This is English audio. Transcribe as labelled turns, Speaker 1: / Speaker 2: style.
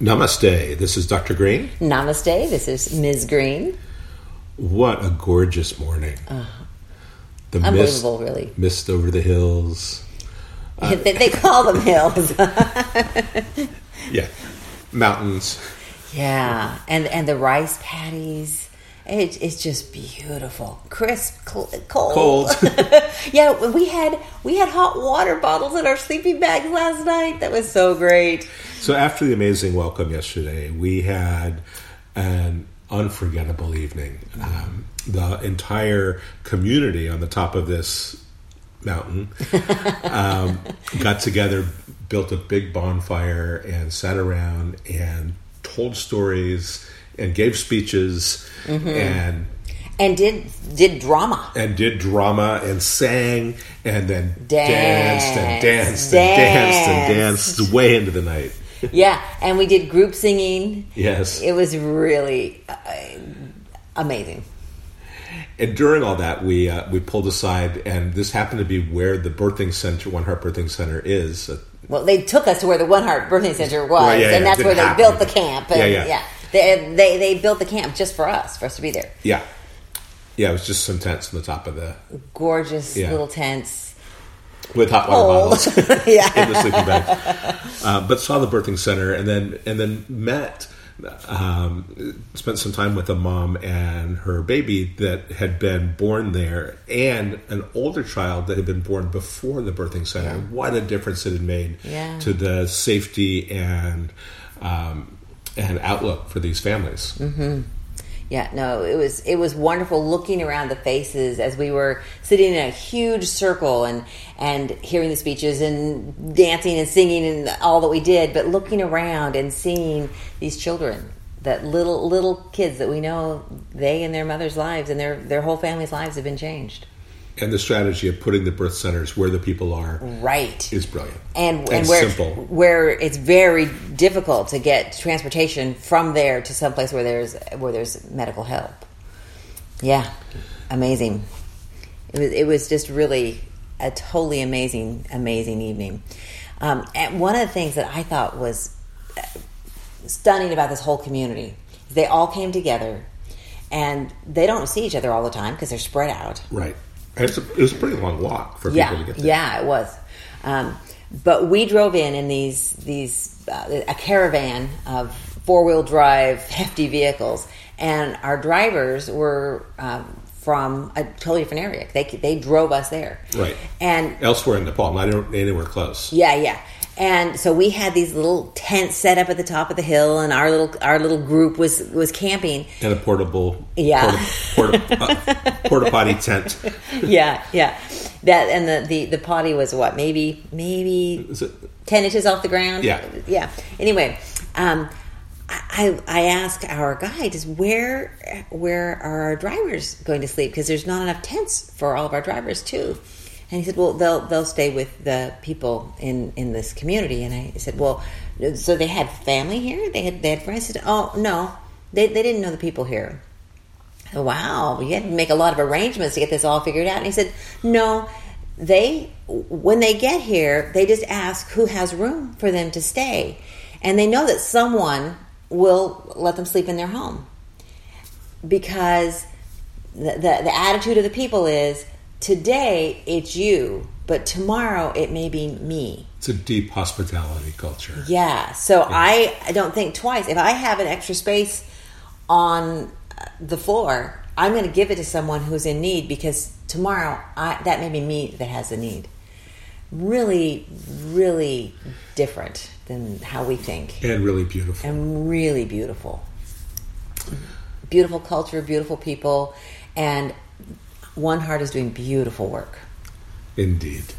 Speaker 1: Namaste. This is Dr. Green.
Speaker 2: Namaste. This is Ms. Green.
Speaker 1: What a gorgeous morning. the mist,
Speaker 2: Unbelievable, really.
Speaker 1: mist over the hills.
Speaker 2: they, they call them hills.
Speaker 1: Yeah. Mountains.
Speaker 2: yeah, and and the rice patties. It, it's just beautiful, crisp, cl- cold.
Speaker 1: Cold.
Speaker 2: yeah, when we had we had hot water bottles in our sleeping bags last night. That was so great.
Speaker 1: So after the amazing welcome yesterday, we had an unforgettable evening. Um, the entire community on the top of this mountain um, got together, built a big bonfire, and sat around and told stories and gave speeches
Speaker 2: Mm-hmm.
Speaker 1: and
Speaker 2: And did did drama.
Speaker 1: and did drama and sang and then danced and
Speaker 2: Danced,
Speaker 1: danced and danced and
Speaker 2: danced.
Speaker 1: danced way into the night.
Speaker 2: Yeah, and we did group singing.
Speaker 1: Yes.
Speaker 2: It was really uh, amazing.
Speaker 1: And during all that, we uh, we pulled aside, and this happened to be where the birthing center, One Heart Birthing Center, is. Uh,
Speaker 2: Well, they took us to where the One Heart Birthing Center was,
Speaker 1: Right, yeah, yeah,
Speaker 2: and that's
Speaker 1: it
Speaker 2: where they
Speaker 1: happened.
Speaker 2: built the camp. And,
Speaker 1: Yeah,
Speaker 2: yeah,
Speaker 1: yeah.
Speaker 2: They, they they built the camp just for us, for us to be there.
Speaker 1: Yeah, yeah, it was just some tents on the top of the
Speaker 2: Gorgeous
Speaker 1: Yeah.
Speaker 2: little tents.
Speaker 1: with hot water
Speaker 2: Cold.
Speaker 1: bottles
Speaker 2: yeah,
Speaker 1: in the sleeping bags. Uh, but saw the birthing center, and then and then met. Um, spent some time with a mom and her baby that had been born there, and an older child that had been born before the birthing center. What a difference it had made
Speaker 2: Yeah.
Speaker 1: to the safety and um, and outlook for these families.
Speaker 2: Mm. yeah. No, it was it was wonderful looking around the faces as we were sitting in a huge circle and and hearing the speeches and dancing and singing and all that we did, but looking around and seeing these children. That little little kids that we know, they and their mothers' lives and their their whole family's lives have been changed.
Speaker 1: And the strategy of putting the birth centers where the people are
Speaker 2: Right.
Speaker 1: is brilliant.
Speaker 2: Mm. and, and,
Speaker 1: and
Speaker 2: where
Speaker 1: simple.
Speaker 2: where it's very difficult to get transportation from there to someplace where there's where there's medical help. Yeah, amazing. It was it was just really a totally amazing amazing evening. Um, and one of the things that I thought was uh, stunning about this whole community is they all came together, and they don't see each other all the time because they're spread out.
Speaker 1: Right. And it's a, it was a pretty long walk for
Speaker 2: Yeah,
Speaker 1: people to get there.
Speaker 2: yeah, it was. Um, but we drove in in these these uh, a caravan of four wheel drive hefty vehicles, and our drivers were um, from a totally different area. They they drove us there,
Speaker 1: Right.
Speaker 2: And
Speaker 1: Elsewhere in Nepal, not anywhere- anywhere close.
Speaker 2: yeah, yeah. And so we had these little tents set up at the top of the hill, and our little our little group was was camping.
Speaker 1: And a portable,
Speaker 2: Yeah.
Speaker 1: porta, porta, uh, porta potty tent.
Speaker 2: yeah, yeah. That and the, the the potty was what maybe maybe
Speaker 1: Is it?
Speaker 2: 10 inches off the ground.
Speaker 1: Yeah.
Speaker 2: Yeah. Anyway, um, I, I I asked our guide, is where, where are our drivers going to sleep? Because there's not enough tents for all of our drivers, too. And he said, well, they'll, they'll stay with the people in, in this community. And I said, well, so they had family here? They had, they had friends? He said, oh, no, they, they didn't know the people here. Wow, you had to make a lot of arrangements to get this all figured out. And he said, No, they, when they get here, they just ask who has room for them to stay. And they know that someone will let them sleep in their home because the, the, the attitude of the people is today it's you, but tomorrow it may be me.
Speaker 1: It's a deep hospitality culture.
Speaker 2: Yeah. So I, I don't think twice. If I have an extra space on uh, the floor, I'm going to give it to someone who's in need because tomorrow I, that may be me that has the need. Really, really different than how we think,
Speaker 1: And really beautiful.
Speaker 2: and really beautiful. Beautiful culture, beautiful people, and One Heart is doing beautiful work.
Speaker 1: Indeed.